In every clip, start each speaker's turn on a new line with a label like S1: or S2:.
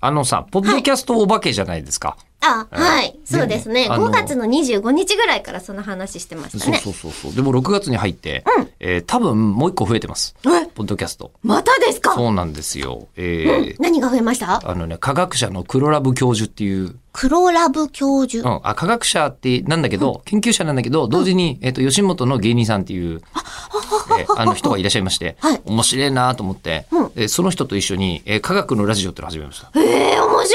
S1: あのさ、ポッドキャストお化けじゃないですか。
S2: あ、はい。そうですね。
S1: でもあの
S2: 5月の25日ぐらいからその話してました
S1: そう
S2: ね。
S1: そうそうそう。でも6月に入って、えー多分もう一個増えてます。
S2: え
S1: ポッドキャスト。
S2: またですか
S1: そうなんですよ。えー
S2: 何が増えました
S1: あのね、科学者の黒ラブ教授っていう、
S2: 黒ラブ教授。
S1: うん、あ科学者ってなんだけど、研究者なんだけど同時に、えっと吉本の芸人さんっていう、えーあの人がいらっしゃいまして、
S2: はい
S1: 面白いなと思って、
S2: うん
S1: えーその人と一緒に、えー科学のラジオっていうのを始めました
S2: ええ面白そ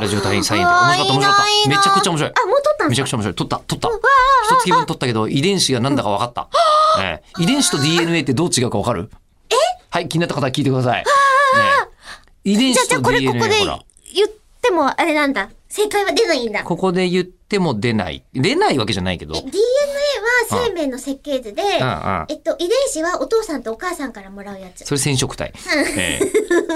S2: う
S1: ラジオ隊員サインで面
S2: あー
S1: 白かった面白か
S2: い
S1: っ
S2: い
S1: た
S2: な
S1: めちゃくちゃ面白い
S2: あ、もう撮ったん
S1: め
S2: です
S1: ち
S2: か
S1: ゃくちゃ面白い撮った撮った一月分撮ったけど遺伝子がなんだか分かった、えー遺伝子と DNA ってどう違うか分かるはい気になった方は聞いてください、ね遺伝
S2: じゃあ、
S1: 子
S2: じゃあ
S1: と
S2: これこ
S1: DNA
S2: こで
S1: ほら
S2: 言ってもあれなんだ。正解は出ないんだ。
S1: ここで言っても出ない出ないわけじゃないけど
S2: DNA は生命の設計図で、
S1: うんうん
S2: えっと、遺伝子はお父さんとお母さんからもらうやつ。
S1: それ染色体。ええ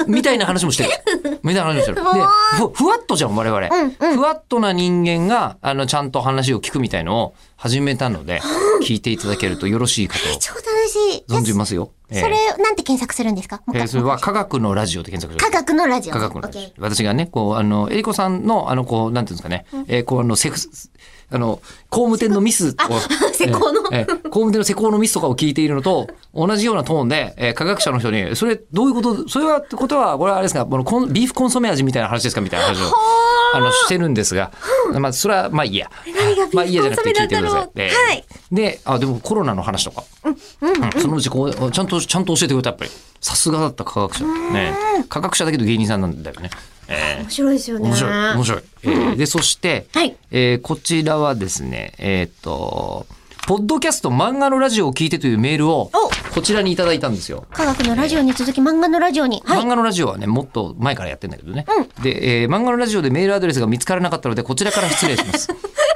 S1: みたいな話も してる。みたいな話もしてる。で、ふふわっとじゃん、我々。
S2: うんうん
S1: ふわっとな人間が、あの、ちゃんと話を聞くみたいのを始めたので、聞いていただけるとよろしいかと
S2: 超楽しい。
S1: 存じますよ。ええ
S2: それ、なんて検索するんですかもう
S1: ええ
S2: 一回
S1: それは科学のラジオで検索して
S2: 科
S1: ください
S2: 学のラジオ。
S1: 科学のラ
S2: オッケー
S1: ジオ。私がね、こう、あの、えりこさんの、あの、こう、なんていうんですかね、えーこう、あの、セフス、あの、工務店のミスを、
S2: 施工の
S1: えーえー工務店の施工のミスとかを聞いているのと、同じようなトーンで、えー科学者の人に、それ、どういうこと、それは、ってことは、これはあれですか、このコンビーフコンソメ味みたいな話ですかみたいな話を、あの、してるんですが、まあ、それは、まあいいや。
S2: 何がビーフ
S1: まあいいやじゃなくて聞いてください。
S2: コンソメだったの
S1: えー
S2: はい
S1: で、あ、でもコロナの話とか。うんそのうちこう、ちゃんと、ちゃんと教えてくれた、やっぱり。さすがだった科学者。ね。科学者だけど芸人さんなんだよね。え
S2: 面白いですよ
S1: ー
S2: ね。
S1: 面白い、面白い。えーで、そして、
S2: はい
S1: えーこちらはですね、えーっと、ポッドキャスト漫画のラジオを聞いてというメールを
S2: お、
S1: こちらにいただいたんですよ。
S2: 科学のラジオに続き漫画のラジオに。はい。
S1: 漫画のラジオはね、もっと前からやってんだけどね。で、えー漫画のラジオでメールアドレスが見つからなかったので、こちらから失礼し ます。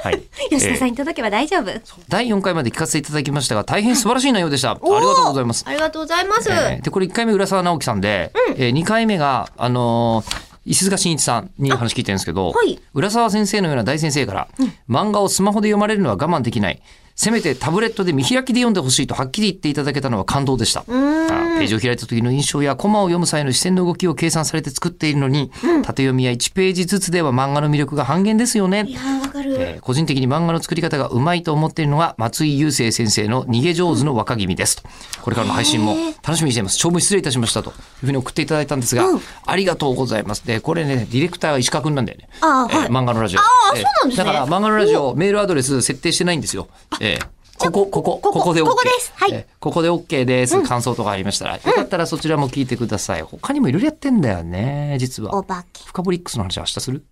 S1: はい。
S2: 吉田さ
S1: えー
S2: んに届けば大丈夫。あり
S1: 第4回まで聞かせていただきましたが、大変素晴らしい内容でした。ありがとうございます。
S2: ありがとうございます。
S1: えーでこれ1回目浦沢直樹さんで、えー2回目が、あのー石塚真一さんに話聞いてるんですけど、
S2: はい
S1: 浦沢先生のような大先生から、漫画をスマホで読まれるのは我慢できない。せめてタブレットで見開きで読んでほしいとはっきり言っていただけたのは感動でした。あーページを開いた時の印象やコマを読む際の視線の動きを計算されて作っているのに、縦読みや1ページずつでは漫画の魅力が半減ですよね。
S2: いやー、わかる。
S1: えー個人的に漫画の作り方がうまいと思っているのが松井雄生先生の逃げ上手の若君ですとこれからの配信も楽しみにしています長文失礼いたしましたというふうに送っていただいたんですが、ありがとうございますでこれねディレクターが石川君なんだよね
S2: あーはい
S1: 漫画のラジオ
S2: あー
S1: えー
S2: そうなんです
S1: だ
S2: ね
S1: から漫画のラジオメールアドレス設定してないんですよえーここ、ここ、
S2: ここ
S1: ここで OK。
S2: ここですはい
S1: えーここで OK です。感想とかありましたら、よかったらそちらも聞いてください。他にもいろいろやってんだよね、実は
S2: お。化け。
S1: フカボリックスの話は明日する